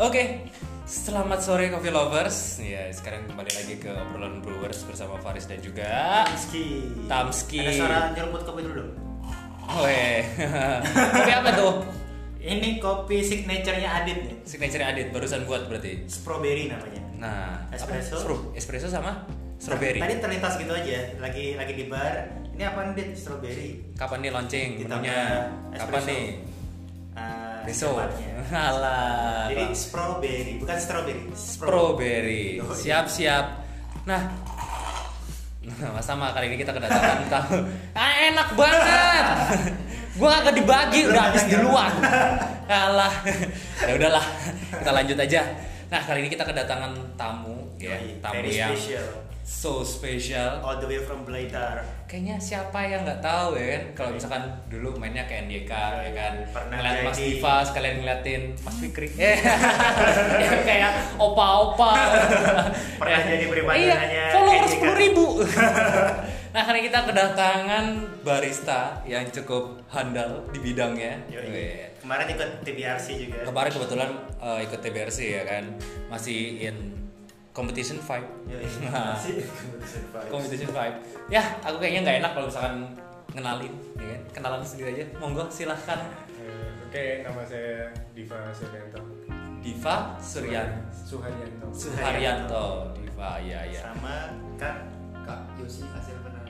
Oke, selamat sore Coffee Lovers. Ya, sekarang kembali lagi ke obrolan Brewers bersama Faris dan juga Tamski. Tamski. Ada suara nyeruput kopi dulu dong. Weh. Kopi apa tuh? Ini kopi signaturenya Adit nih. Signature Adit barusan buat berarti. Strawberry namanya. Nah, apa? Espresso. Stro- espresso sama strawberry. Tadi terlintas gitu aja, lagi lagi di bar. Ini apa nih strawberry? Kapan nih launching Ditambah menunya? Kapan espresso. nih? Ah, Besok. depannya. Alah. Jadi Pak. strawberry, bukan strawberry. Strawberry. Yoi. Siap-siap. Nah, Nah, sama kali ini kita kedatangan tamu. Ah, enak banget. Gua kagak dibagi, udah habis duluan. Kalah. Ya udahlah, kita lanjut aja. Nah, kali ini kita kedatangan tamu ya, Yoi, tamu very yang special. so special. All the way from Blitar. Kayaknya siapa yang nggak tahu ya kan? Kalau misalkan dulu mainnya ke NDK ya kan, Iya, Pernah Hmm. ngeliat Mas jadi- Diva sekalian ngeliatin Mas Fikri, eh, yang kayak opa-opa. Pernah Ya. jadi pribadi iya, hanya followers NDK. sepuluh ribu. nah karena kita kedatangan barista yang cukup handal di bidangnya. Yoi. Weh. Kemarin ikut TBRC juga. Kemarin kebetulan eh, ikut TBRC ya kan, masih in competition fight. Yoi. Nah. Masih competition vibes. Competition vibe. Ya, aku kayaknya nggak enak kalau misalkan ngenalin, ya kan? Kenalan sendiri aja. Monggo silahkan. Eh, Oke, nama saya Diva Suryanto. Diva Suryan Suharyanto. Suharyanto. Diva, ya ya. Sama Kak Kak Yosi hasil benar.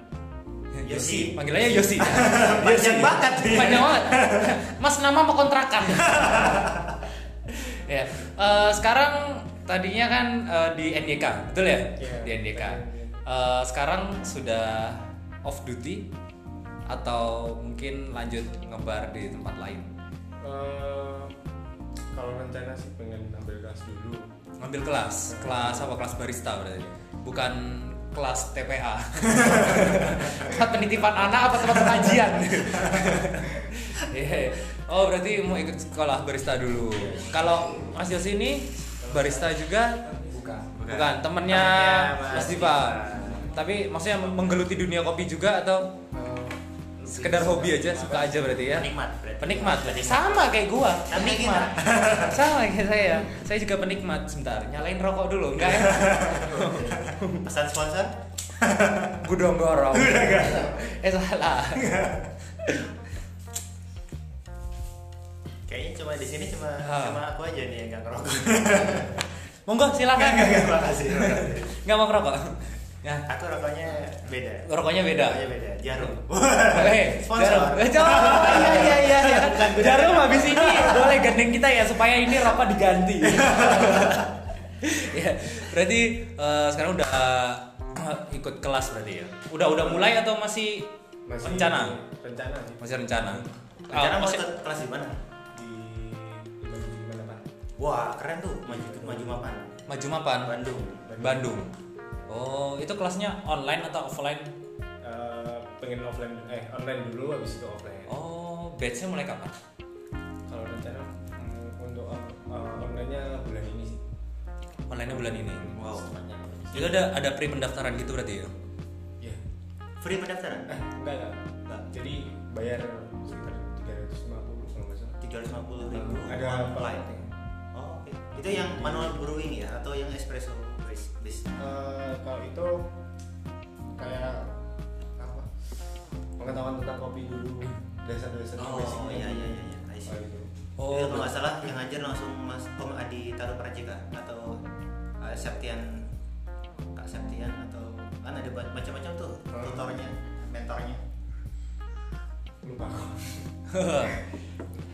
Yosi. Panggilannya Yosi. Panjang banget. Panjang banget. Mas nama apa kontrakan? ya. eh, sekarang tadinya kan eh, di NDK, betul ya? Iya. Di NDK. Eh, sekarang sudah off duty atau mungkin lanjut ngebar di tempat lain. Eh, kalau rencana sih pengen ambil kelas dulu. Ngambil kelas, kelas apa kelas barista berarti. Bukan kelas TPA. tempat penitipan anak apa tempat pengajian? Iya. Oh, berarti mau ikut sekolah barista dulu. Kalau Mas Yos ini barista juga Bukan. bukan, Bukan. temennya Temennya Mas Mas Dipa. Dipa. Tapi maksudnya menggeluti dunia kopi juga atau Eh, sekedar hobi aja, suka aja berarti ya? Penikmat berarti. penikmat sama kayak gua Tapi penikmat sama kayak saya saya juga penikmat sebentar nyalain rokok dulu enggak ya Pesan sponsor? gudang gorong eh salah Kayaknya cuma di sini cuma Ah. cuma aku aja nih yang nggak ngerokok. monggo silakan Enggak, enggak, makasih. makasih. nggak mau ngerokok ya Aku rokoknya beda. rokoknya beda Rokoknya beda. Jarum. Eh, Sponsor. jarum. Eh, jarum. Iya, iya, iya, iya. Bukan gudang. Jarum habis ini boleh gandeng kita ya supaya ini rokok diganti. Iya. ya, berarti eh, sekarang udah eh, ikut kelas berarti ya. Udah udah mulai atau masih, rencana? Rencana sih. Masih rencana. Rencana Oh, mau masih- ikut kelas di mana? Di gimana gimana pak? Wah, keren tuh. Maju maju mapan. maju mapan Bandung. Bandung. Oh, itu kelasnya online atau offline? Eh, pengen offline eh online dulu habis itu offline. Oh, batchnya mulai kapan? Kalau rencana mm, untuk online nya bulan ini sih. Online bulan ini. Wow. Secepatnya. Itu ada ada pre pendaftaran gitu berarti ya? Iya. Free pendaftaran? Eh, enggak enggak. Enggak. Jadi bayar sekitar 350 kalau nggak salah. 350 ribu Ada online. apa? Oh, oke. Itu yang manual brewing ya atau yang espresso base? base? Eh, kalau itu kayak apa pengetahuan tentang kopi dulu dasar-dasar Oh, iya iya iya iya. I see. Oh, itu. Oh, Jadi Iya, kalau nggak salah yang ngajar langsung Mas Om Adi Taruh Prajika atau uh, Septian Kak Septian atau kan ada ba- macam-macam tuh Oh. Hmm. tutornya, mentornya. lupa aku.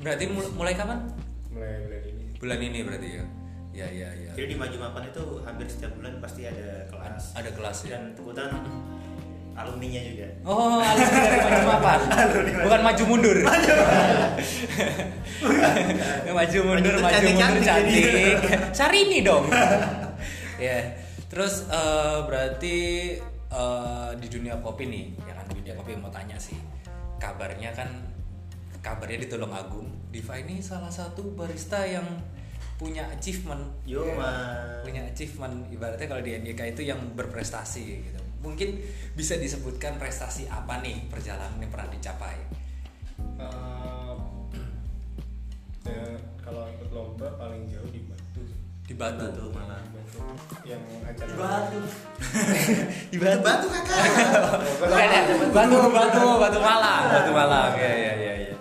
berarti mul- mulai kapan? mulai bulan ini Bulan ini berarti ya? Ya, ya, ya. Jadi di Maju Mapan itu hampir setiap bulan pasti ada kelas Ada kelas ya? dan kebetulan alumninya juga. Oh, alumni dari maju mapan. Bukan maju mundur. Ya, maju mundur, maju mundur Maju cantik-cantik cantik. jadi. Syahrini dong. ya. Terus eh, berarti eh, di dunia kopi nih, ya kan dunia kopi mau tanya sih. Kabarnya kan kabarnya di Tulungagung, Diva ini salah satu barista yang punya achievement Yo, Mas. Iya. punya achievement ibaratnya kalau di NDK itu yang berprestasi gitu mungkin bisa disebutkan prestasi apa nih perjalanan yang pernah dicapai Eh, ya, kalau ikut lomba paling jauh di Batu sih. Batu. Batu malah. yang acara Batu. Di Batu, batu kakak. Eh, Bukan ya, Batu, Batu, Batu Malang, Batu Malang. Iya, iya, iya, iya.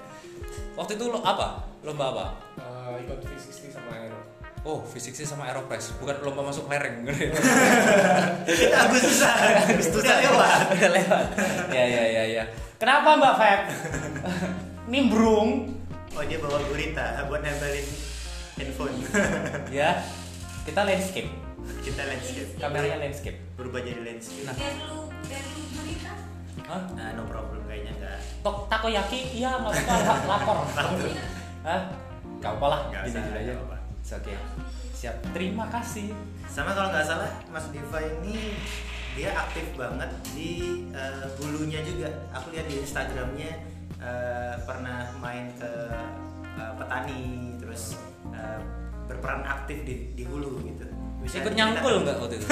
Waktu itu lo apa? Lomba apa? Eh, ikut V60 sama Aero Oh, fisik sih sama Aeropress, bukan lomba masuk lereng. Agustusan. Agustusan lewat. Udah lewat. Ya, ya, ya, ya. Kenapa Mbak Feb? Nimbrung. Oh dia bawa gurita buat nempelin handphone. Ya, kita landscape. Kita landscape. Kameranya landscape. Berubah jadi Iya. landscape. Nah. Biar lu, biar lu gurita. Hah? Nah, no problem kayaknya nggak. Tok takoyaki? Iya, nggak apa-apa. Lapor. Hah? Gak apa lah. Nggak Gini usah, gini aja. nggak apa-apa. It's okay. Siap. Terima kasih. Sama kalau nggak salah Mas Diva ini dia aktif banget di eh, hulunya juga. Aku lihat di Instagramnya eh, pernah main ke eh, petani terus eh, berperan aktif di di hulu gitu. Bisa Ikut diceritakan? nyangkul nggak waktu itu?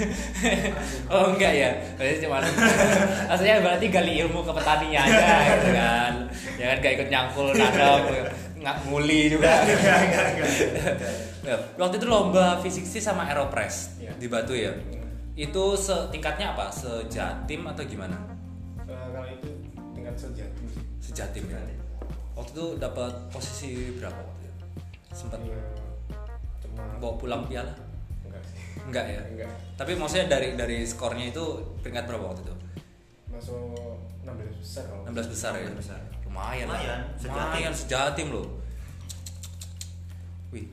Oh enggak ya, berarti cuma maksudnya berarti gali ilmu ke petani aja gitu kan. Jangan gak ikut nyangkul nanam nggak nguli juga. Nggak, nggak, nggak. Ya, waktu itu lomba V60 sama Aeropress Iya. di Batu ya. Itu se- tingkatnya apa? Sejatim atau gimana? Eh, kalau itu tingkat sejati sih Sejatim ya. Waktu itu dapat posisi berapa waktu itu? Sempat Iya. cuma bawa pulang piala? enggak sih Enggak ya. enggak Tapi maksudnya dari dari skornya itu peringkat berapa waktu itu? masuk 16 besar kalau Eh, 16 besar ya? 16 besar. Lumayan. Lumayan, sejatim. Lumayan sejatim loh. Wih,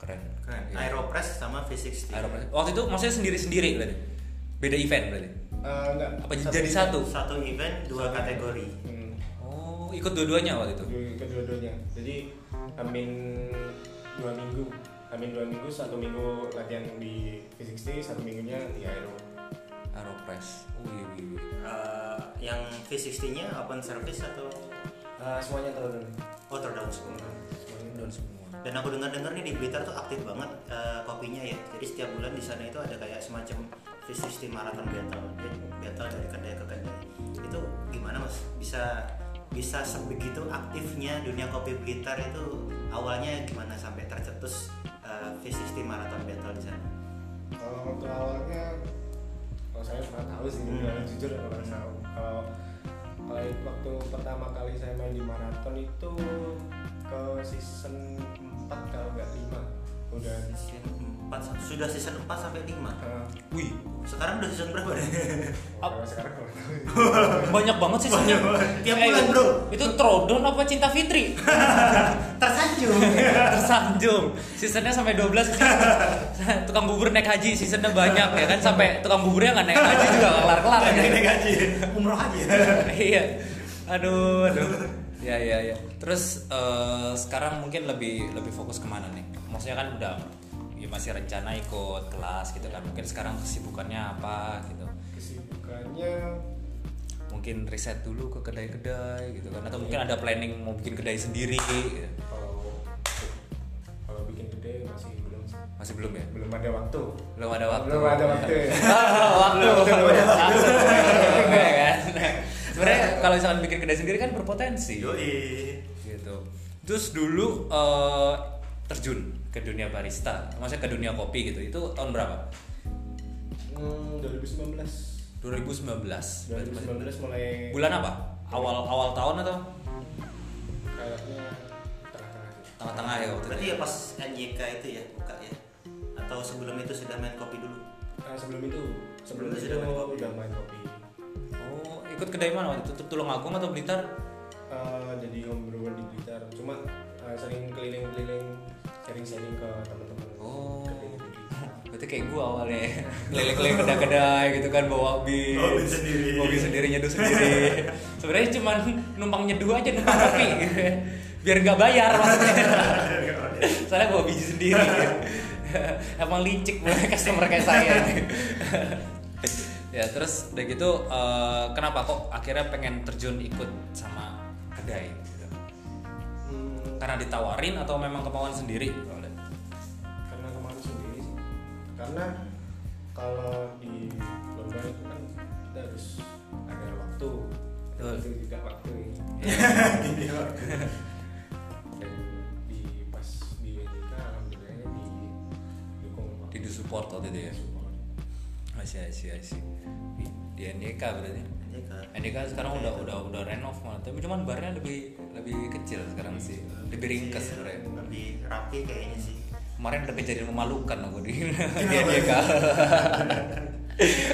keren. Keren. Iya. Kan, Aeropress sama V60. Aeropress. Waktu itu maksudnya sendiri-sendiri berarti. Beda event berarti. Eh, enggak Apa jadi satu? Satu event dua kategori. Hmm, Oh, ikut dua-duanya waktu itu. kedua- kedua-duanya jadi amin dua minggu amin dua minggu satu minggu latihan di V60 satu minggunya di Aero Aeropress. Wih, wih, wih. Eh, yang V60-nya open service atau Eh, semuanya terlalu oh terdaun semua. semuanya Down semua. Dan aku dengar-dengar nih di Blitar tuh aktif banget eh, kopinya ya. Jadi setiap bulan di sana itu ada kayak semacam V60 marathon battle, Dia battle dari kedai ke kedai. Itu gimana mas? Bisa bisa sebegitu aktifnya dunia kopi Blitar itu awalnya gimana sampai tercetus eh, V60 marathon battle di sana? kalau waktu awalnya kalau saya kurang tahu sih Hmm. karena jujur aku kurang tahu kalau kalau waktu pertama kali saya main di maraton itu ke season 4 kalau nggak 5 udah Season 4, Hmm, sudah season 4 sampai 5 eh, Wih, Sekarang udah season berapa deh? kalau sekarang kurang tahu banyak banget sih Banyak sebenarnya. banget. Tiap bulan, bro. Itu Trodon apa Cinta Fitri? Tersanjung Tersanjung. Seasonnya sampai 12 sih. tukang bubur naik haji seasonnya banyak ya kan sampai tukang buburnya nggak naik haji juga nggak kelar-kelar. Nggak ya. naik gaji Umroh aja iya aduh aduh ya ya ya terus eh, sekarang mungkin lebih lebih fokus kemana nih maksudnya kan udah ya masih rencana ikut kelas gitu kan mungkin sekarang kesibukannya apa gitu kesibukannya mungkin riset dulu ke kedai-kedai gitu kan atau mungkin ada planning mau bikin kedai sendiri gitu. kalau kalau bikin gede masih belum sih. masih belum ya belum ada waktu belum ada waktu Belum ada waktu. Ah, waktu Belum ada waktu. Ya kan? sebenarnya kalau misalkan bikin kedai sendiri kan berpotensi Yoi gitu terus dulu eh, terjun ke dunia barista maksudnya ke dunia kopi gitu itu tahun berapa hmm, 2019 2019 Berarti masih- 2019 mulai bulan apa awal awal tahun atau kayaknya tengah-tengah sih. tengah-tengah ya waktu Berarti itu ya pas NJK itu ya buka ya Atau sebelum itu sudah main kopi dulu Nah, sebelum itu sebelum Sebelum itu sudah main kopi. udah main kopi oh ikut kedai mana waktu itu Tulungagung atau Blitar Eh, jadi home brewer di Blitar cuma eh, sering keliling-keliling sharing-sharing ke teman-teman Oh. Keliling di Blitar. berarti kayak gua awalnya keliling-keliling kedai-kedai gitu kan bawa bis Bawa bis sendiri. mobil sendiri nyeduh sendiri sebenarnya cuman numpang nyeduh aja numpang kopi biar nggak bayar maksudnya soalnya bawa biji sendiri emang licik mulai customer kayak saya ya terus udah gitu eh, kenapa kok akhirnya pengen terjun ikut sama kedai gitu? Hmm, karena ditawarin atau memang kemauan sendiri Oleh. karena kemarin sendiri sih karena kalau di lomba itu kan kita harus ada waktu Betul. itu juga waktu ya. Iya. Dan di pas di support waktu itu ya masih masih masih di NDK berarti Ini ke NDK sekarang udah udah udah renov malah tapi cuman barnya lebih lebih kecil sekarang sih lebih ringkes sebenarnya lebih rapi kayaknya sih kemarin ada kejadian memalukan aku di di NDK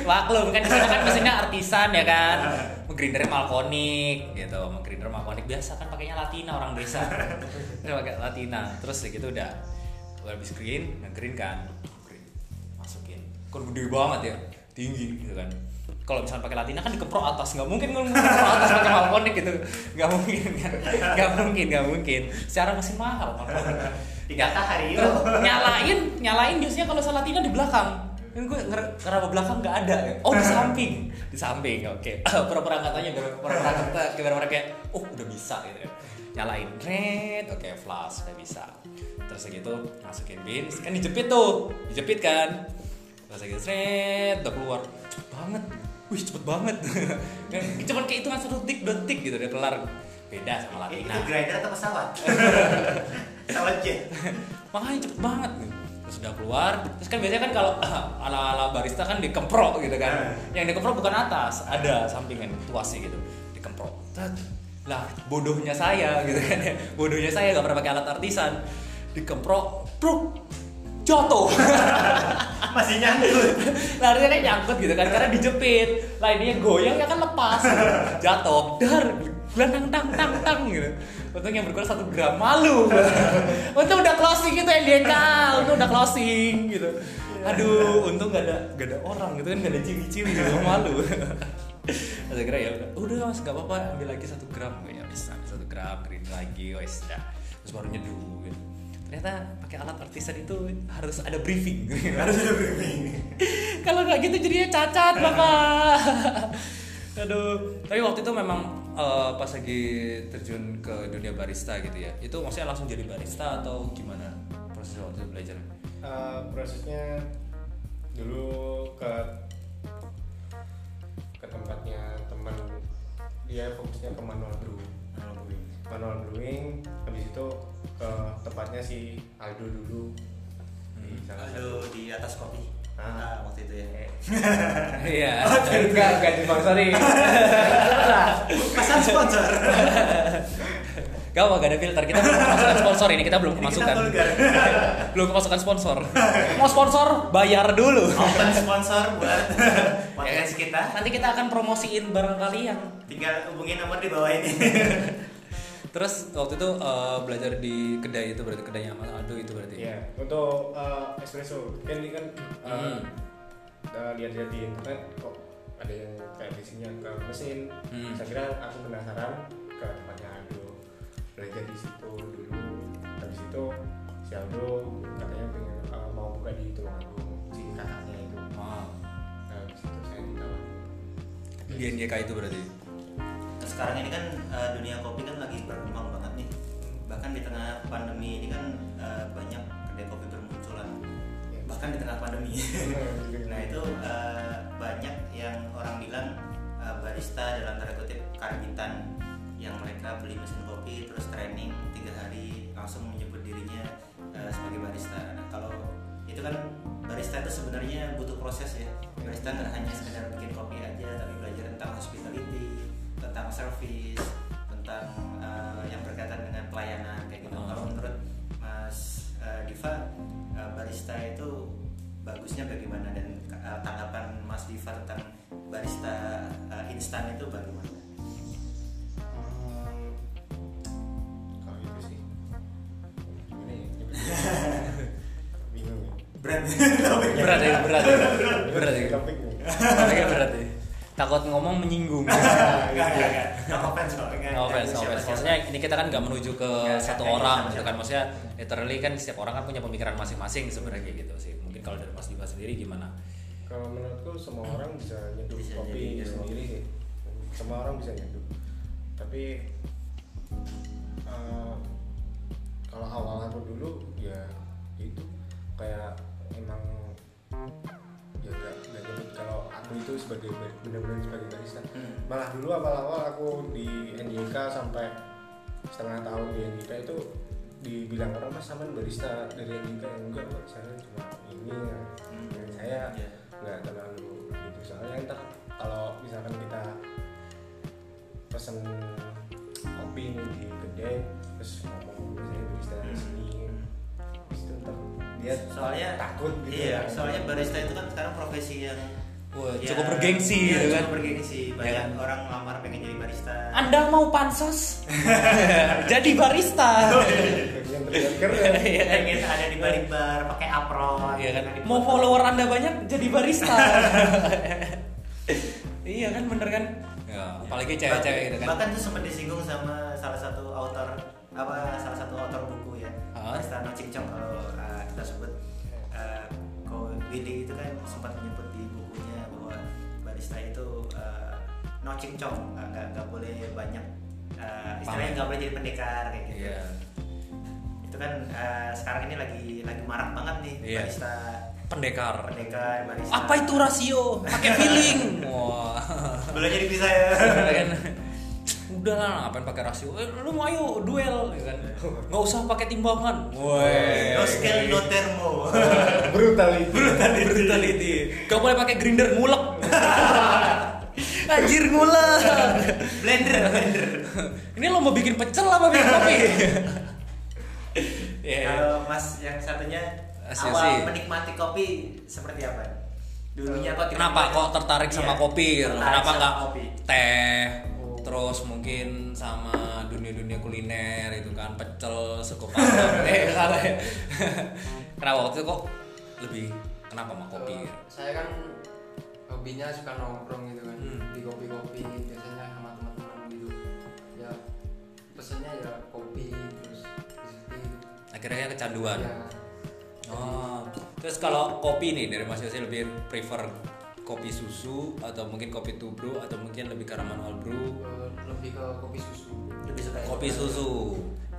maklum kan di sana kan mesinnya artisan ya kan grinder malkonik gitu grinder malkonik biasa kan pakainya latina orang desa Dia pakai latina terus ya gitu udah udah habis green nge-green kan Green. masukin kan gede banget ya tinggi gitu kan kalau misalnya pakai latina kan dikeprok atas nggak mungkin kan dikeprok atas pakai malkonik gitu nggak mungkin kan nggak mungkin nggak mungkin secara mesin mahal malkonik Dikata Hario. Terus nyalain, nyalain biasanya kalau Salatina di belakang. Kan gue nger ngeraba belakang nggak ada. ya. Oh di samping, di samping. Oke. Pura-pura nggak tanya, pura-pura kata, pura-pura kayak, oh udah bisa gitu. kan. Nyalain red, oke flash udah bisa. Terus gitu masukin bin, kan dijepit tuh, dijepit kan. Terus gitu red, udah keluar. Cepet banget, wih cepet banget. Kan Cuman kayak itu kan satu detik, dua detik gitu udah kelar. Beda sama Ini Latina. itu grinder atau pesawat pesawat jet makanya cepet banget nih terus udah keluar terus kan biasanya kan kalau ala ala barista kan dikemprok gitu kan yang dikemprok bukan atas ada sampingan tuasnya gitu dikemprok Tet. lah bodohnya saya gitu kan ya. bodohnya saya nggak pernah pakai alat artisan dikemprok truk jatuh masih nyangkut larinya kan nyangkut gitu kan karena dijepit lainnya goyang ya kan lepas jatuh dar gelandang tang tang tang gitu untung yang berkurang satu gram malu untung udah closing gitu yang kal untung udah closing gitu aduh untung gak ada gak ada orang gitu kan gak ada ciri-ciri gitu malu saya kira ya udah udah mas gak apa-apa ambil lagi satu gram ya bisa ambil satu gram green lagi wes dah terus baru nyeduh gitu. ternyata pakai alat artisan itu harus ada briefing harus udah berhenti kalau nggak gitu jadinya cacat bapak aduh tapi waktu itu memang eh, pas lagi terjun ke dunia barista gitu ya itu maksudnya langsung jadi barista atau gimana proses waktu itu belajar Eh, prosesnya dulu ke ke tempatnya teman dia fokusnya ke manual brew manual brewing habis itu ke tempatnya si Aldo dulu di salah satu Aduh di atas kopi Ah. ah, waktu itu ya iya Oh, enggak enggak disponsori pesan sponsor Gak apa, gak ada filter. Kita belum kemasukan sponsor ini, kita belum Ini kita kemasukan. vulgar. belum kemasukan sponsor. Mau sponsor, bayar dulu. open sponsor buat podcast Ya kan, kita Nanti kita akan promosiin barang kalian. tinggal hubungi nomor di bawah ini Terus waktu itu eh, belajar di kedai itu berarti kedainya Mas Aldo itu berarti. Iya, untuk uh, espresso kan ini kan uh, Hmm. uh, lihat-lihat di internet kok ada yang kayak isinya ke mesin. Hmm. Saya kira aku penasaran ke tempatnya Aldo belajar di situ dulu. Habis itu si Aldo katanya pengen uh, mau buka di Tulung Agung si kakaknya itu. Wow. Nah, habis itu saya ditawar. Di NGK itu berarti. sekarang ini kan eh, dunia kopi kan lagi berkembang banget nih bahkan di tengah pandemi ini kan eh, banyak kedai kopi bermunculan Ya. bahkan di tengah pandemi nah itu eh, banyak yang orang bilang eh, barista dalam tanda kutip karbitan yang mereka beli mesin kopi terus training tiga hari langsung menyebut dirinya eh, sebagai barista nah kalau itu kan barista itu sebenarnya butuh proses ya barista nggak hanya sekedar bikin kopi aja tapi belajar tentang hospitality tentang service tentang eh, yang berkaitan dengan pelayanan kayak gitu Ah. kalau menurut Mas eh, Diva eh, barista itu bagusnya bagaimana dan eh, tanggapan Mas Diva tentang barista eh, instan itu bagaimana? Hmm, kalau gitu itu sih gimana ya? Bingung ya. Brand Berat ya, berat ya. Berat ya. Topiknya. Topiknya berat ya. Takut ngomong menyinggung. Enggak, enggak, enggak. No offense kok. enggak. No offense, no offense. Iya, Siapa- Iya, siapa- Maksudnya ini kita kan nggak menuju ke Nggak, satu nggak, orang nggak, gitu nggak. kan. Maksudnya literally kan setiap orang kan punya pemikiran masing-masing sebenarnya kayak gitu sih. Mungkin kalau dari Mas Diva sendiri gimana? Kalau menurutku semua orang bisa nyeduh Bisa jadi, kopi ya. sendiri sih. Semua orang bisa nyeduh. Tapi eh, kalau awal aku dulu ya itu kayak emang ya nggak nggak nyebut kalau aku itu sebagai bar- benar-benar sebagai barista. Hmm. Malah dulu awal-awal aku di NJK sampai setengah tahun "Oh, di NJK itu dibilang orang mas sama barista dari NJK enggak kok, saya cuma ini brewing ya. Hmm. Dan saya Iya. nggak terlalu gitu soalnya ntar kalau misalkan kita pesen kopi nih di kedai terus ngomong misalnya barista Hmm. sini terus itu ntar dia soalnya takut gitu iya kan. soalnya barista itu kan sekarang profesi yang Wah, cukup bergengsi iya, gitu kan. cukup bergengsi banyak Ya kan? orang lamar pengen jadi barista Anda mau pansos? Jadi barista. Oh, iya. yang berpikir ya. pengen ada di balik bar pakai apron kan? gitu Iya kan? Di- Mau follower Anda banyak jadi barista. iya kan bener kan? Ya, apalagi cewek-cewek gitu kan. bahkan tuh sempat disinggung sama salah satu author apa salah satu author buku ya Ah. Barista No Cingcong kalau uh, kita sebut uh, Ko Willy itu kan sempat menyebut di bukunya bahwa barista itu uh, no cingcong nggak nggak nggak boleh banyak uh, istilahnya Pamer. nggak boleh jadi pendekar kayak gitu Iya. itu kan uh, sekarang ini lagi lagi marak banget nih Iya. barista Pendekar. pendekar barista Apa itu rasio? Pakai feeling. Wah. belum jadi bisa ya kan udah lah ngapain pakai rasio eh, lu mau ayo duel ya kan nggak usah pakai timbangan woi no scale no thermo brutal itu brutality gak boleh pakai grinder ngulek anjir ngulek blender blender ini lo mau bikin pecel apa bikin kopi ya Kalau Mas yang satunya Mas Yosi. awal menikmati kopi seperti apa? Dulunya kok Eh, tiba-tiba- kenapa kok tertarik sama Iya, kopi gitu? tertarik kenapa sama nggak kopi? Oh. teh terus mungkin sama dunia-dunia kuliner itu kan pecel sekop eh salah ya kenapa waktu itu kok lebih kenapa sama kopi Eh, saya kan hobinya suka nongkrong gitu kan Hmm. di kopi-kopi biasanya sama teman-teman gitu ya pesennya ya kopi terus biskuit akhirnya kecanduan Iya. ya oh terus kalau kopi nih dari Mas Yosi lebih prefer kopi susu atau mungkin kopi to brew atau mungkin lebih karena manual brew eh, lebih ke kopi susu Lebih suka kopi susu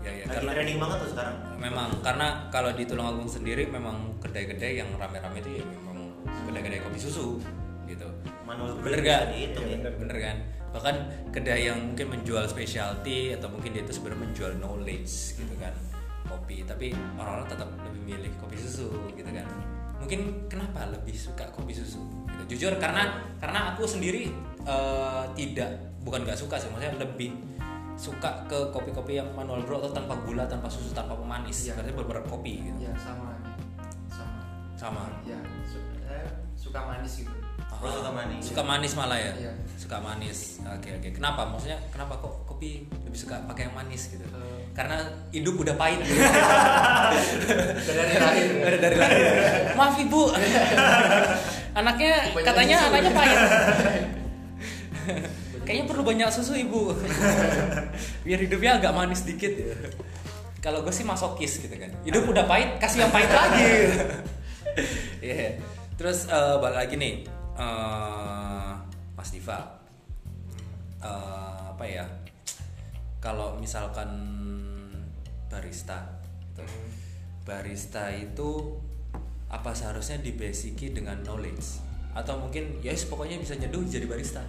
ya ya Lagi trending banget tuh sekarang. Memang karena kalau di Tulungagung sendiri memang kedai-kedai yang rame-rame itu ya memang kedai-kedai kopi susu gitu. Manual Bener brew gak? bisa dihitung ya. Bener kan? Bahkan kedai yang mungkin menjual specialty atau mungkin dia itu sebenarnya menjual knowledge gitu kan kopi. Tapi orang-orang tetap lebih milih kopi susu gitu kan. Mungkin kenapa lebih suka kopi susu? Gitu. Jujur karena karena aku sendiri eh, tidak bukan nggak suka sih maksudnya lebih suka ke kopi-kopi yang manual brew atau tanpa gula, tanpa susu, tanpa pemanis. Iya. Berarti benar kopi gitu. ya sama sama Sama. ya su- saya suka manis gitu Oh, suka manis. Suka manis malah ya. Iya. Suka manis. Oke oke. Kenapa? Maksudnya kenapa kok kopi lebih suka pakai yang manis gitu? Eh, Karena hidup udah pahit. dari lahir Dari dari lahir. Maaf ibu. anaknya Banyak katanya ya? susu. anaknya pahit. Kayaknya perlu banyak susu ibu. Biar hidupnya agak manis dikit. ya. Kalau gue sih masokis gitu kan. Hidup udah pahit, kasih yang pahit lagi. Iya. Terus eh, balik lagi nih, eh, Mas Diva. eh, apa ya? Kalau misalkan barista, gitu. barista itu apa seharusnya dibasiki dengan knowledge atau mungkin ya yes, pokoknya bisa nyeduh jadi barista.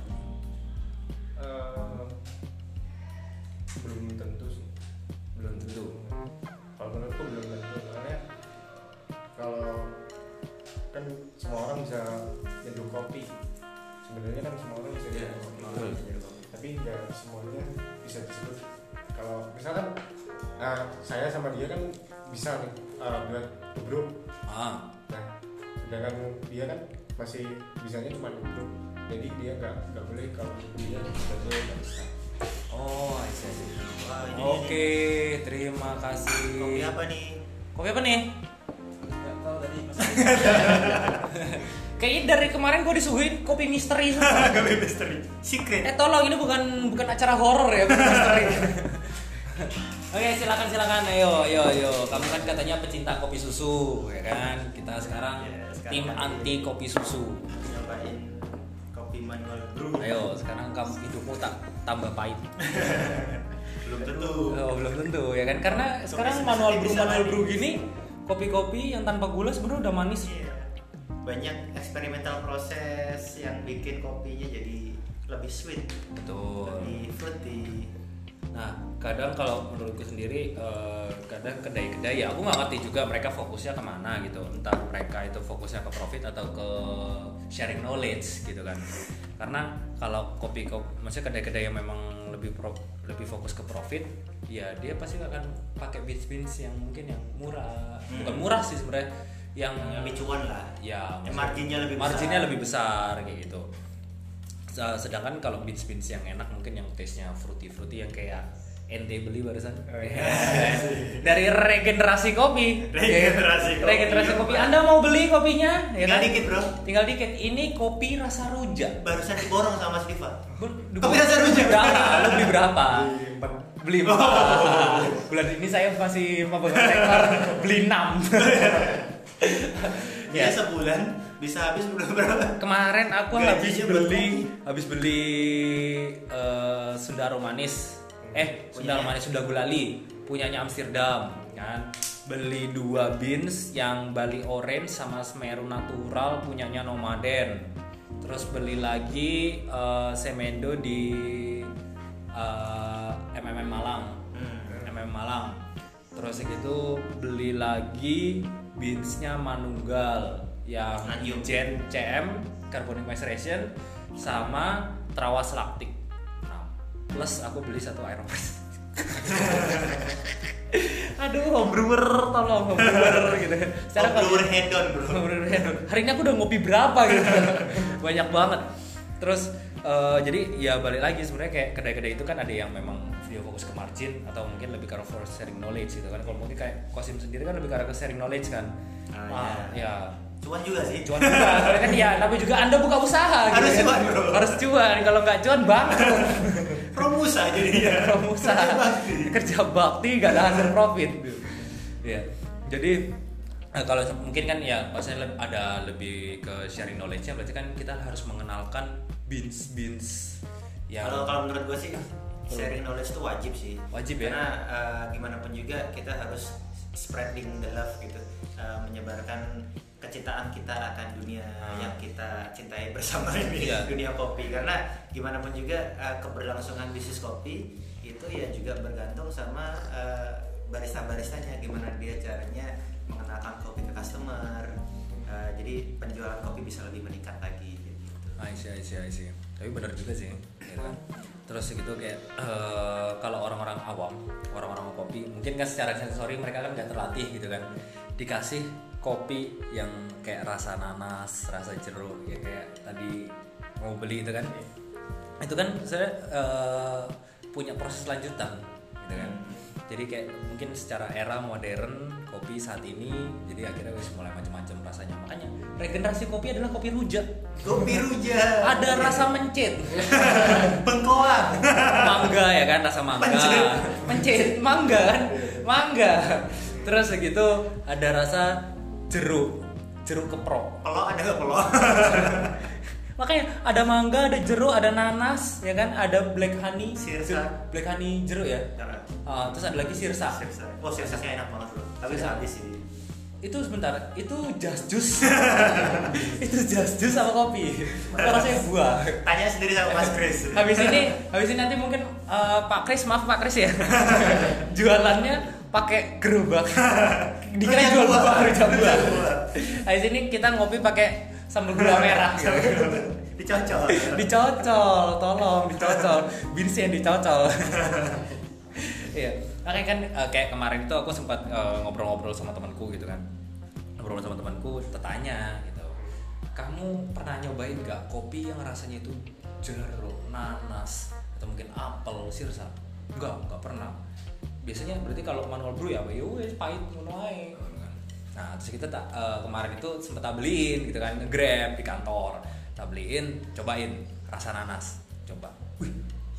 Eh, belum tentu sih Belum tentu. kalau menurutku belum tentu soalnya kalau kan semua orang bisa nyeduh kopi sebenarnya kan Iya, semua orang bisa nyeduh kopi betul. tapi nggak semuanya bisa disebut kalau misalkan eh, saya sama dia kan bisa nih eh, buat tubruk Ah, Nah, sedangkan dia kan masih bisanya cuma duduk, jadi dia nggak nggak boleh kalau dia sebagai barista. oh, I see, I see. Wah, ini- Oke, terima kasih. ini. Kopi apa nih? Kopi apa nih? nggak tahu tadi mas Kayaknya dari kemarin gue disuguhin kopi misteri semua. Kopi misteri. Secret. Eh tolong ini bukan bukan acara horor ya, bukan misteri. Oke silakan silakan, ayo ayo ayo. Kamu kan katanya pecinta kopi susu, ya kan? Kita sekarang Ya, sekarang tim kan. anti kopi susu. Nyobain kopi manual brew. Ayo sekarang kamu hidupmu tak tambah pahit. Belum tentu. Oh, belum tentu ya kan? Karena sekarang susu manual bisa brew manual manis. brew gini kopi-kopi yang tanpa gula sebenarnya udah manis. Iya. Banyak eksperimental proses yang bikin kopinya jadi lebih sweet, Betul. lebih fruity. Nah, kadang kalau menurutku sendiri, eh, kadang kedai-kedai ya aku nggak ngerti juga mereka fokusnya kemana gitu. Entah mereka itu fokusnya ke profit atau ke sharing knowledge gitu kan. Karena kalau kopi kopi, maksudnya kedai-kedai yang memang lebih pro- lebih fokus ke profit, ya dia pasti akan pakai beans beans yang mungkin yang murah, bukan murah sih sebenarnya, yang lebih cuan lah ya Yang maksudnya- marginnya lebih besar. marginnya lebih besar kayak gitu Se- sedangkan kalau beans beans yang enak mungkin yang taste nya fruity fruity yang kayak ente beli barusan Oh, iya. dari regenerasi kopi Ya, Regenerasi kopi. regenerasi kopi anda mau beli kopinya Ya kan? Tinggal dikit, bro. tinggal dikit ini kopi rasa rujak barusan diborong sama si Diva Kopi rasa rujak? berapa? Lu beli berapa? Di empat Beli empat. Oh. Bulan ini saya masih mabok rekor beli 6 dia sebulan bisa habis berapa kemarin aku Gajinya habis buat beli kopi. habis beli eh, sundaro manis eh sundaro Punyanya. manis sudah gulali punyanya Amsterdam kan beli dua beans yang Bali Orange sama Semeru Natural punyanya Nomaden terus beli lagi eh, semendo di eh, MMM Malang MM Malang terus gitu beli lagi beansnya Manunggal yang Manjung. Gen CM Carbonic Maceration sama Trawas Lactic Nah, plus aku beli satu Aeropress aduh homebrewer tolong homebrewer gitu Secara kalau- Obrower head on Oh, bro Bener-bener heran. hari ini aku udah ngopi berapa gitu banyak banget terus eh, jadi ya balik lagi sebenarnya kayak kedai-kedai itu kan ada yang memang video fokus ke margin atau mungkin lebih ke arah for sharing knowledge gitu kan kalau mungkin kayak kosim sendiri kan lebih ke arah ke sharing knowledge kan Ah, ya cuan juga sih cuan juga soalnya kan ya tapi juga anda buka usaha Harus gitu cuan, kan. bro. harus cuan kalau nggak cuan bangkrut promus aja dia Orang usaha Iya, kerja bakti gak ada under profit ya jadi eh, kalau se- mungkin kan ya maksudnya leb- ada lebih ke sharing knowledge nya berarti kan kita harus mengenalkan beans beans yang kalau kalau menurut gue sih sharing knowledge itu wajib sih Wajib ya? karena eh, gimana pun juga kita harus spreading the love gitu Eh, menyebarkan kecintaan kita akan dunia yang kita cintai bersama Hmm. ini Iya. dunia kopi karena gimana pun juga eh, keberlangsungan bisnis kopi itu ya juga bergantung sama eh, barista-baristanya gimana dia caranya mengenalkan kopi ke customer Eh, jadi penjualan kopi bisa lebih meningkat lagi gitu. Aisyah, Aisyah, Aisyah. Tapi benar juga sih, ya kan? Terus gitu kayak eh, kalau orang-orang awam, orang-orang kopi, mungkin kan secara sensori mereka kan nggak terlatih gitu kan. Dikasih kopi yang kayak rasa nanas, rasa jeruk, ya kayak tadi mau beli itu kan. Itu kan saya eh, punya proses lanjutan, gitu kan. Jadi kayak mungkin secara era modern kopi saat ini, jadi akhirnya wis mulai macam-macam rasanya. Makanya regenerasi kopi adalah kopi rujak Kopi rujak. ada rasa mencit bengkoang mangga ya kan rasa mangga Mencit. mencit mangga kan mangga terus segitu ada rasa jeruk jeruk keprok pelok ada nggak pelok makanya ada mangga ada jeruk ada nanas ya kan ada black honey Sirsa. Jer- black honey jeruk ya Jangan. Ah, terus ada lagi sirsa Sirsa. oh sirsasnya enak banget bro tapi Sirsa. habis sih itu sebentar itu just juice itu just juice sama kopi Itu rasanya buah tanya sendiri sama mas Iya, Chris habis ini habis ini nanti mungkin eh, Pak Kris maaf Pak Kris ya jualannya pakai gerobak dikira Rujak jual buah. buah rujak buah Rujak buah. habis ini kita ngopi pakai sambal gula merah Iya, gitu. dicocok dicocol tolong dicocol beans yang dicocol iya makanya kan eh, kayak kemarin itu aku sempat eh, ngobrol-ngobrol sama temanku gitu kan ngobrol sama temanku tetanya gitu kamu pernah nyobain gak kopi yang rasanya itu jeruk nanas atau mungkin apel sirsa enggak enggak pernah biasanya berarti kalau manual brew ya apa ya wes pahit ngono ae gitu kan. nah terus kita tak- eh, kemarin itu sempet tak beliin gitu kan grab di kantor tak beliin cobain rasa nanas coba wih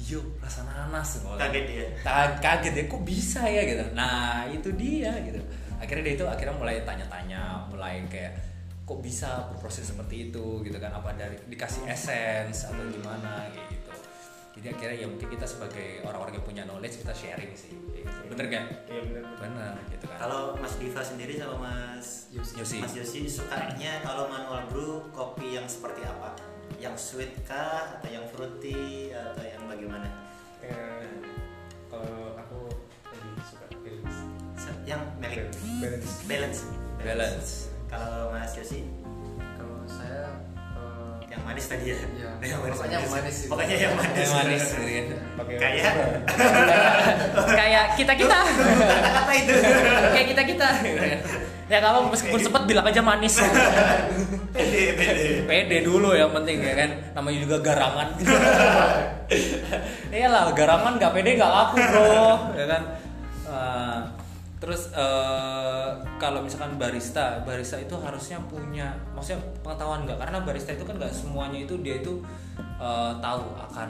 yo rasa nanas ngono. Kaget dia. Ta- kaget ya kok bisa ya gitu nah itu dia gitu akhirnya dia itu akhirnya mulai tanya-tanya mulai kayak kok bisa berproses seperti itu gitu kan apa dari dikasih essence atau gimana kayak gitu jadi akhirnya ya mungkin kita sebagai orang-orang yang punya knowledge kita sharing sih kayak gitu. bener kan iya bener bener gitu kan kalau Mas Diva sendiri sama Mas Yosi. Yosi. Mas Yosi sukanya kalau manual brew kopi yang seperti apa yang sweet kah atau yang fruity atau yang bagaimana Eh, kalau Oke. Balance. Balance. Balance. Kalau Mas Yosi Kalau saya eh, yang manis tadi ya. Iya. Yang manis. Pokoknya yang manis sih. Pokoknya yang manis. Yang manis gitu kan. Pakai Kayak kayak kita kita kata-kata itu. Iya, kayak kita kita ya kalau meskipun sepet bilang aja manis Pede, pede. Pede dulu yang penting ya kan. Namanya juga garangan. Iyalah, garangan nggak pede nggak laku bro, ya kan. Eh, terus eh, kalau misalkan barista, barista itu harusnya punya, maksudnya pengetahuan nggak? Karena barista itu kan nggak semuanya itu dia itu eh, tahu akan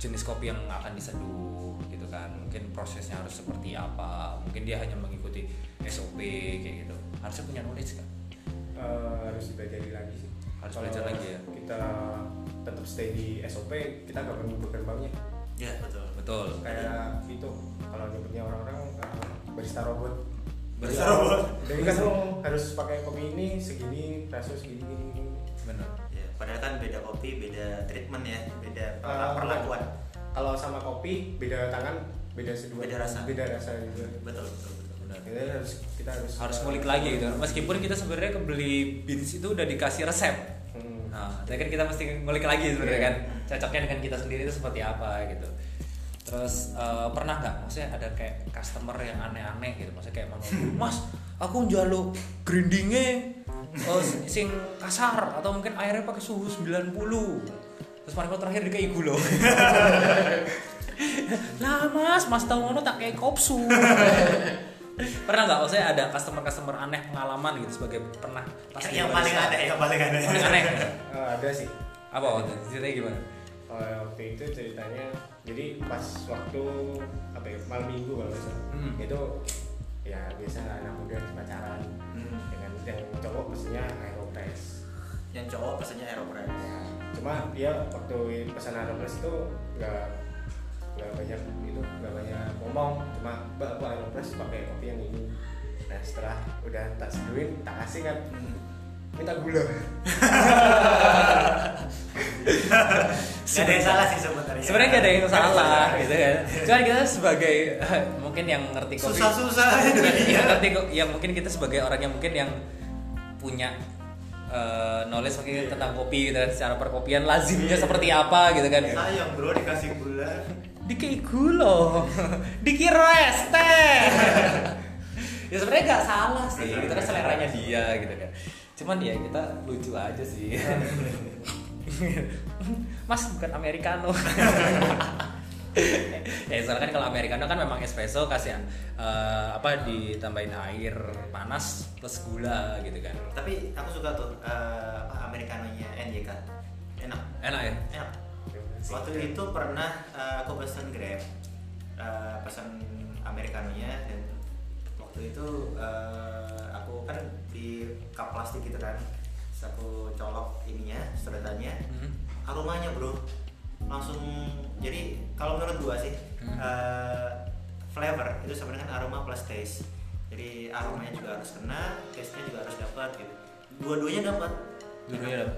jenis kopi yang akan diseduh gitu kan mungkin prosesnya harus seperti apa mungkin dia hanya mengikuti SOP kayak gitu harusnya punya knowledge kan eh, harus dipelajari lagi sih. Harus Kalau belajar lagi ya? Kita tetap stay di SOP, kita nggak perlu berkembangnya. Ya, betul. betul Kayak itu kalau nyebutnya orang-orang eh, barista robot. Barista Jadi, robot. Jadi kan lo harus pakai kopi ini segini, rasio segini, gini, gini. benar Ya, padahal kan beda kopi, beda treatment ya, beda Ah, Eh, perlakuan. Kalau sama kopi beda tangan, beda seduhan, Beda rasa. beda rasa juga. Betul, betul, betul. benar Kita harus kita harus eh, harus ngulik lagi gitu kan. meskipun kita sebenarnya kebeli beans itu udah dikasih resep Hmm. nah tapi kan kita mesti ngulik lagi sebenarnya kan cocoknya dengan kita sendiri itu seperti apa gitu terus eh, pernah nggak maksudnya ada kayak customer yang aneh-aneh gitu maksudnya kayak mau ngomong, mas aku njalo grindingnya eh, sing kasar atau mungkin airnya pakai suhu 90 terus paling terakhir dia kayak igu loh lah Nah, mas mas tahu ngono tak kayak kopsu pernah nggak maksudnya ada customer customer aneh pengalaman gitu sebagai pernah pas Yang, di yang paling barista? aneh, yang paling aneh. Paling aneh Eh, ada sih. apa waktu itu? ceritanya gimana Eh, waktu itu ceritanya jadi pas waktu apa ya malam minggu kalau nggak salah Hmm. itu ya biasa lah, anak muda pacaran Hmm. dengan yang cowok pesennya aeropress Yang cowok pesannya aeropress. ya cuma dia waktu pesan aeropress itu nggak nggak banyak itu nggak banyak ngomong cuma mbak aku aeropress pakai kopi yang ini nah setelah udah tak seduin tak kasih kan minta gula Gak ada yang salah sih sebenarnya. sebenarnya gak ada yang salah Iya. gitu kan cuman kita sebagai mungkin yang ngerti kopi Susah-susah Iya. yang Iya. dunia. ngerti kok ya mungkin kita sebagai orang yang mungkin yang punya eh, knowledge mungkin tentang kopi gitu kan secara perkopian lazimnya seperti apa gitu kan Sayang bro dikasih gula. Dikei gulo, dikira es teh. ya sebenarnya nggak salah sih, itu kan seleranya dia gitu kan. Cuman ya kita lucu aja sih. Mas bukan americano. ya soalnya kan kalau americano kan memang espresso kasih eh, apa ditambahin air panas plus gula gitu kan. Tapi aku suka tuh eh, apa americanonya NJK. Enak. Enak ya? Enak. Waktu itu pernah eh, aku pesan Grab. Eh, pesan americanonya dan waktu itu eh, aku kan di cup plastik gitu kan. Terus aku colok ininya, sedotannya. Hmm. aromanya bro langsung jadi kalau menurut gua sih Hmm. eh, flavor itu sebenarnya kan aroma plus taste jadi aromanya juga harus kena taste nya juga harus dapat gitu dua-duanya dapat Dulunya dong.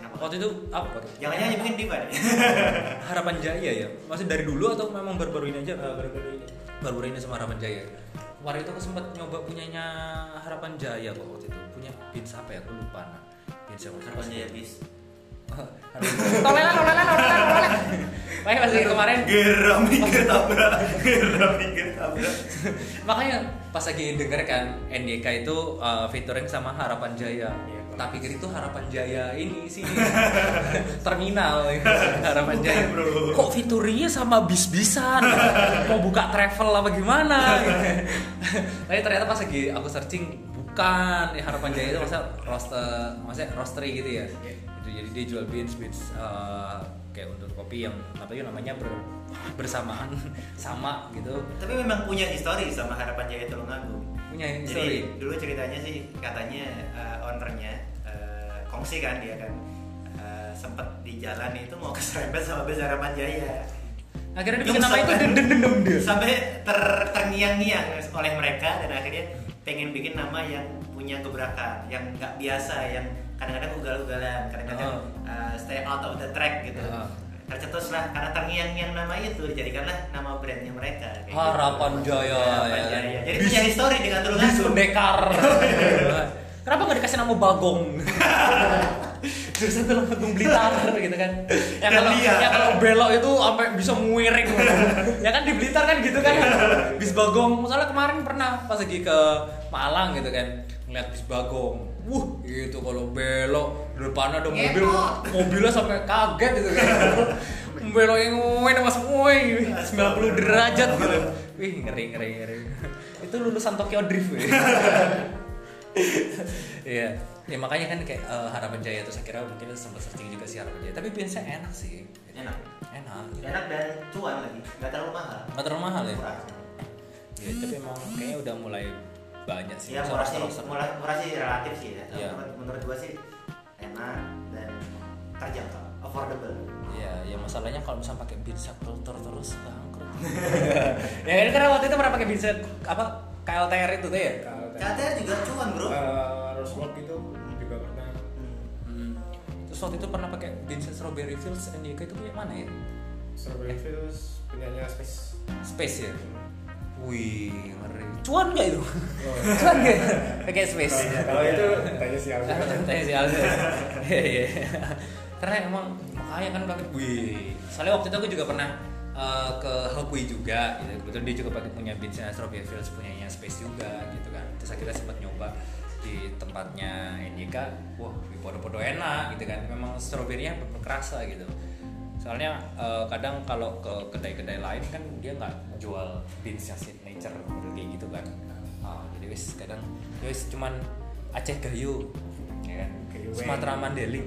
enak banget Waktu itu apa tuh? jangan jangan mungkin diva nih Harapan Jaya ya? Maksud dari dulu atau memang Eh, baru-baru ini aja? baru-baru ini baru ini sama Harapan Jaya ya? kemarin itu aku sempat nyoba punyanya Harapan Jaya kok waktu itu punya beans apa ya aku lupa nah beans yang besar Apanya ya, bis tolelan tolelan tolelan tolelan makanya pas kemarin geram mikir tabrak geram mikir tabrak makanya pas lagi denger kan NDK itu uh, featuring sama Harapan Jaya Iya. tapi gitu. kira itu Harapan Jaya ini sih terminal ya. Harapan Jaya Bukan, bro. kok fiturnya sama bis-bisan mau buka travel apa gimana tapi ternyata pas lagi aku searching bukan ya, Harapan Jaya itu maksudnya roaster maksudnya roastery gitu ya Iya. Itu, jadi dia jual beans beans uh, kayak untuk kopi yang apa ya namanya ber- bersamaan sama gitu tapi memang punya histori sama harapan jaya Tulungagung punya Jadi history dulu ceritanya sih katanya eh, ownernya eh, kongsi kan dia kan eh, sempet di jalan itu mau keserempet sama bus harapan jaya. akhirnya Terus dibikin nama itu sampai- den den den Den Den. Sampai ter terngiang-ngiang oleh mereka dan akhirnya pengen bikin nama yang punya gebrakan, yang nggak biasa, yang kadang-kadang ugal-ugalan, kadang-kadang Oh. eh, stay out of the track gitu. Oh. tercetus lah karena terngiang-ngiang nama itu dijadikanlah nama brandnya mereka kayak gitu. Harapan Jaya, Harapan Ah, ya kan? Jaya. jadi punya histori dengan tulung agung Sundekar. Kenapa nggak dikasih nama Bagong? Jurusan tuh Agung Blitar gitu kan. Ya Dan kalau dia. ya kalau belok itu sampai bisa muiring. ya kan di Blitar kan gitu kan. Bis Bagong. Misalnya kemarin pernah pas lagi ke Malang gitu kan ngeliat bis Bagong. Wuh, gitu kalau belok di depan ada mobil, Ngepot. mobilnya sampai kaget gitu kan. belok yang nguin mas nguin 90 derajat gitu. Wih, ngeri ngeri ngeri. Itu lulusan Tokyo Drift. ya. Iya. Ya makanya kan kayak eh, harapan jaya terus akhirnya mungkin sempat searching juga sih harapan jaya. Tapi biasanya enak sih. Enak. Enak. Gitu. enak dan cuan lagi nggak terlalu mahal Nggak terlalu mahal ya. murah Ya, tapi emang kayaknya udah mulai banyak sih. ya Masa murah sih roster-roster. murah, murah sih relatif sih ya Iya. menurut, menurut gua sih enak dan terjangkau affordable Iya, ya masalahnya kalau misalnya pakai bin sepultur terus bangkrut. ya kan karena waktu itu pernah pakai bin Sep- apa KLTR itu tuh ya. Kalau kayak, KTR juga cuan bro eh, Rosemont itu juga pernah Hmm. Hmm. Terus waktu itu pernah pakai bin Sep strawberry fields and Yuka itu punya mana ya? Eh. Strawberry Fields punyanya Space. Space ya. Hmm. Wih, ngeri. Cuan nggak itu? Oh. Cuan nggak? Pakai space. Kalau itu tanya si Alvin. Tanya si Aldo. Iya iya. Karena emang makanya kan pakai wih. Soalnya waktu itu aku juga pernah eh, ke Hokui juga gitu. Kebetulan dia juga pakai punya beatsnya Strawberry ya, Fields punyanya Space juga gitu kan. Terus kita sempat nyoba di tempatnya NJK, wah wih, podo-podo enak gitu kan. Memang strawberry-nya bener kerasa gitu. Soalnya eh, kadang kalau ke kedai-kedai lain kan dia nggak jual beatsnya signature model kayak gitu kan. Ah, jadi wis kadang ya wis cuman Aceh Gayo ya kan Gayo Weng. Sumatera Mandeling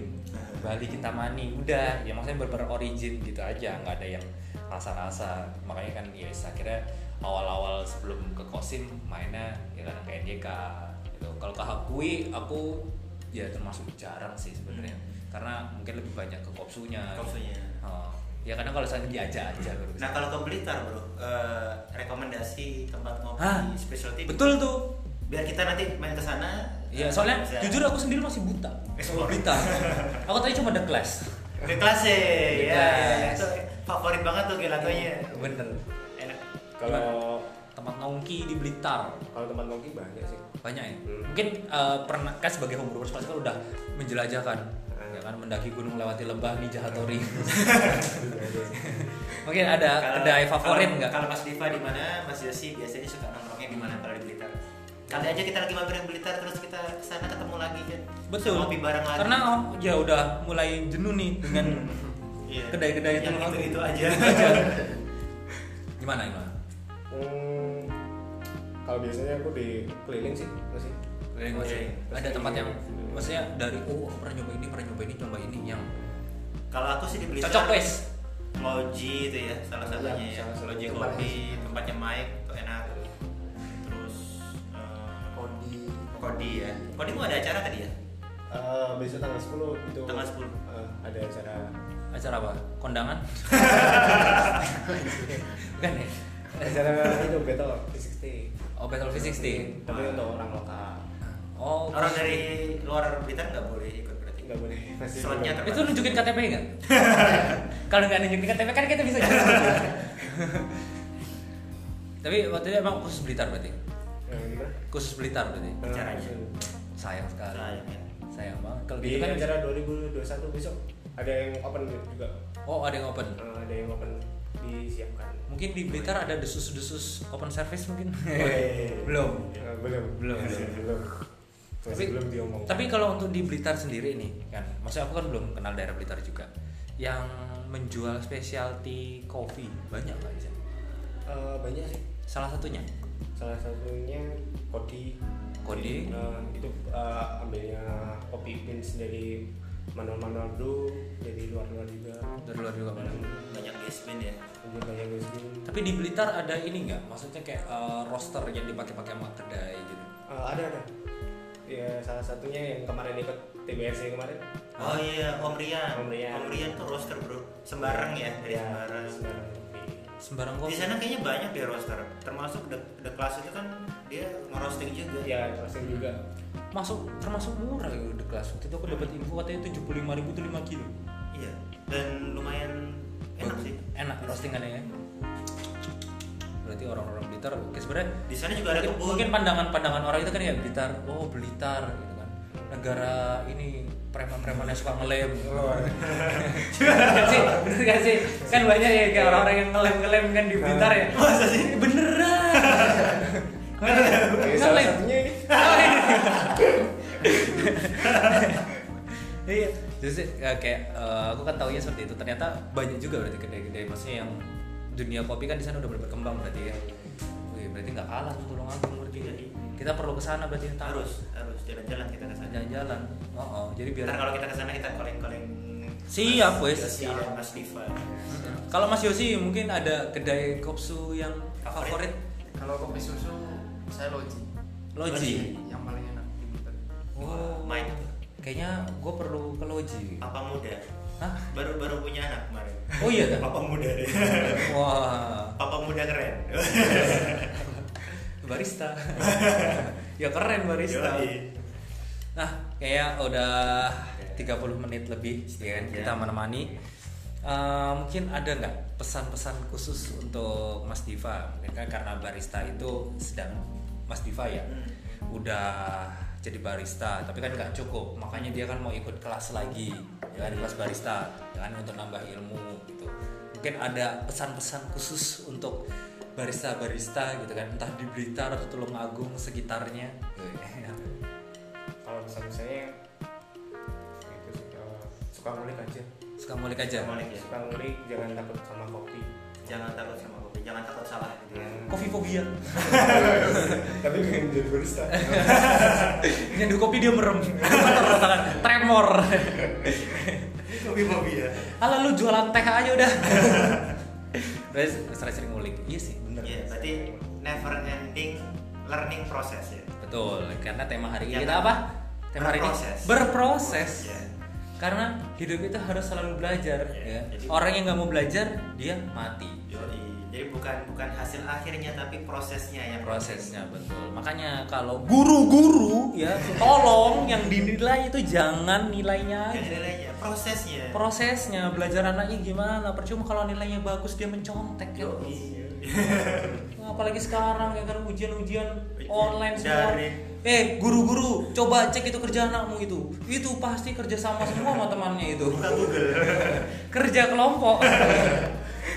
Bali Kintamani udah ya maksudnya berber origin gitu aja nggak ada yang rasa-rasa makanya kan ya wis, akhirnya awal-awal sebelum ke Kosim mainnya ya kadang ke NJK gitu kalau ke Hakui aku ya termasuk jarang sih sebenarnya karena mungkin lebih banyak ke kopsunya Kopsunya. Oh. ya kadang kalau saya gitu. diajak aja baru ke Nah kalau ke Blitar bro, eh, rekomendasi tempat ngopi Hah? specialty. Betul tuh. Biar kita nanti main ke sana. Iya, eh, soalnya bisa- jujur aku sendiri masih buta. Explore. Buta. aku tadi cuma the class. Di kelas ya, Di ya, ya, kelas. itu favorit banget tuh gelatonya. Bener. Enak. Kalau Tempat nongki di Blitar kalau teman Longki banyak sih. banyak ya. Hmm. Mungkin eh, pernah kan sebagai homebrewers pasti kan udah menjelajahkan Hmm. ya kan mendaki gunung lewati lembah nih Jahatori. Mungkin ada kedai favorit Hmm. kalau- nggak? Kalau Mas Diva di mana, Mas Yosi biasanya suka nongkrongnya di mana kalau di Blitar? Kali aja kita lagi mampir di Blitar terus kita ke sana ketemu lagi kan. Betul. Ngopi bareng lagi. Karena oh, ya udah mulai jenuh nih dengan Iya. kedai-kedai itu yang memang- itu itu aja. gimana gimana? Hmm, kalau biasanya aku di keliling sih, masih. Keliling Oke. keliling. Ada tempat iya, yang maksudnya dari oh aku pernah nyoba ini, pernah nyoba ini, coba ini yang kalau aku sih di Blitar. cocok wes. Iya, Loji itu ya salah satunya ya. salah satu Loji tempat. kopi tempatnya Mike itu enak. Terus eh, Kodi Kodi ya. Kodi mau ada acara tadi ya? Eh, besok tanggal 10 itu Tanggal 10. eh, ada acara Acara apa? Kondangan? Bukan ya? acara itu battle 360 Oh, Battle V60. tapi Ah. untuk orang lokal Oh, Orang dari luar Blitar nggak boleh ikut berarti. nggak boleh masih Slotnya ter- belum. itu nunjukin KTP nggak? Kalau nggak nunjukin KTP kan kita bisa jalan. Tapi waktu itu emang khusus Blitar berarti? Eh, gimana? Khusus Blitar berarti? Acaranya. Sayang sekali. Sayang, ya. Sayang banget. Kalau gitu. di gitu kan acara 2021 besok ada yang open juga Oh, ada yang open. Hmm. Eh, ada yang open disiapkan Mungkin di Blitar ada desus-desus open service mungkin. Iya, Oh, Weh. Belum. iya, Eh, belum Belum, Masih belum. belum masih belum diomong tapi kalau untuk di Blitar sendiri nih kan maksudnya aku kan belum kenal daerah Blitar juga yang menjual specialty coffee banyak nggak di sana Eh, banyak sih salah satunya salah satunya Kodi Kodi. Eh, itu eh, ambilnya kopi beans dari manual-manual dulu dari luar-luar juga dari luar juga mana Banyak basement ya. juga banyak beans dulu. tapi di Blitar ada ini nggak maksudnya kayak eh, roster yang dipakai-pakai sama kedai gitu Eh, ada ada ya salah satunya yang kemarin ikut TBRC kemarin Oh iya, Om Rian. Om Rian. Om Rian tuh roster bro, sembarang ya dari Iya. ya, sembarang. sembarang sembarang Di kopi kopi sana kayaknya banyak deh roster, termasuk the, the class itu kan dia ngerosting juga. Iya, ya roasting juga masuk termasuk murah gitu di kelas waktu itu aku dapat info katanya 75.000 tuh 5 kilo Iya. Dan lumayan enak roastingannya ya berarti orang-orang Blitar oke sebenarnya Di sana juga ada mungkin- kebun. mungkin pandangan-pandangan orang itu kan ya Blitar oh Blitar gitu kan negara ini preman-preman yang suka ngelem Oh. bener gak sih bener gak sih kan banyak ya kayak orang-orang yang ngelem ngelem kan di Blitar ya Masa sih? beneran Oke, salah ngelem Oh, satunya ini iya terus ya, kayak eh, aku kan taunya seperti itu ternyata banyak juga berarti kedai-kedai maksudnya yang dunia kopi kan di sana udah ber- berkembang berarti ya Wih, berarti nggak kalah tuh tolong aku berarti Jadi. kita perlu kesana berarti ya, Tam. Iya, Harus, harus jalan-jalan kita ke sana. jalan-jalan oh, oh, jadi biar Ntar kalau kita ke sana kita calling-calling Siap, wes. Siap, Mas Diva. Mm-mm. kalau Mas Yosi mungkin ada kedai kopsu yang favorit Favorit. Kalau kopi susu saya loji. Loji Yang paling enak di Blitar. oh Main. kayaknya gue perlu ke Loji Papa muda. Hah? Baru baru punya anak kemarin. oh iya kan Papa muda deh. wah Papa muda keren. Iya. barista ya keren barista Yoi. nah kayak udah 30 menit lebih ya kan kita menemani Eh, mungkin ada nggak pesan-pesan khusus untuk Mas Diva mungkin kan karena barista itu sedang Mas Diva ya udah jadi barista tapi kan nggak cukup makanya dia kan mau ikut kelas lagi ya kan kelas barista ya kan untuk nambah ilmu gitu mungkin ada pesan-pesan khusus untuk barista-barista gitu kan entah di Blitar atau Tulungagung sekitarnya kalau pesan saya itu sih, eh, suka ngulik aja suka mulik aja Sama Nick ya. suka ngulik jangan takut sama kopi Jangan takut sama kopi, jangan takut salah gitu ya. kopi fobia tapi pengen jadi barista nyandu kopi dia merem Patah-patahan. tremor Kopi kopi ya. ala lu jualan teh aja udah terus sering-sering ngulik iya sih bener Iya, berarti never ending learning process ya. Betul, karena tema hari ini Ya, kita kan? apa? Tema hari ini Berproses. berproses. Ya. Karena hidup itu harus selalu belajar. Ya, ya. jadi- Orang yang nggak mau belajar dia mati. Yoi. Jadi bukan bukan hasil akhirnya tapi prosesnya ya? yang Prosesnya betul. Makanya kalau guru-guru ya tolong yang dinilai itu jangan nilainya Yang aja. nilainya ya, prosesnya. prosesnya belajar anaknya gimana percuma kalau nilainya bagus dia mencontek kan Yoi. Nah, apalagi sekarang ya kan ujian-ujian online semua Daring. eh guru-guru coba cek itu kerja anakmu itu itu pasti kerja sama semua sama temannya itu Buka Google. kerja kelompok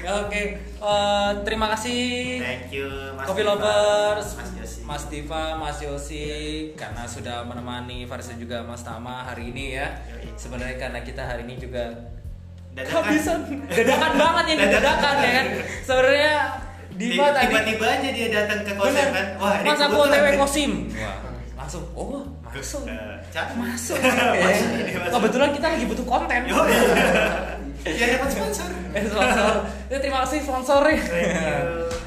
Ya, oke Eh, terima kasih Thank you Mas Kopi Diva. Lovers, Mas Yosi. Mas Diva, Mas Yosi, karena sudah menemani Faris dan juga Mas Tama hari ini ya. Yoi. Sebenarnya karena kita hari ini juga Dadakan. kehabisan, dadakan banget ini Dadakan. dadakan ya kan. Sebenarnya Diva Tiba- tadi tiba-tiba aja dia datang ke kosan kan. Wah, ini Mas aku otw kebetulan nih. kosim. Wah, langsung. Oh, masuk. Eh, Cak, Masuk. Masuk Ya. ini, masuk. Kebetulan kita lagi butuh konten. Yoi. Biar dapat sponsor. Eh, sponsor. Ya, terima kasih sponsornya. Thank you.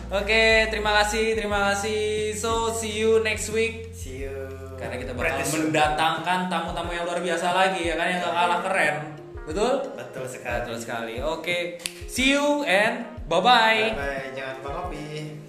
Oke, terima kasih, terima kasih. So, see you next week. See you. Karena kita bakal Practice. mendatangkan tamu-tamu yang luar biasa lagi ya kan yang gak kalah keren. Betul? Betul sekali. Betul sekali. Oke, see you and bye-bye. Bye-bye. Jangan lupa kopi.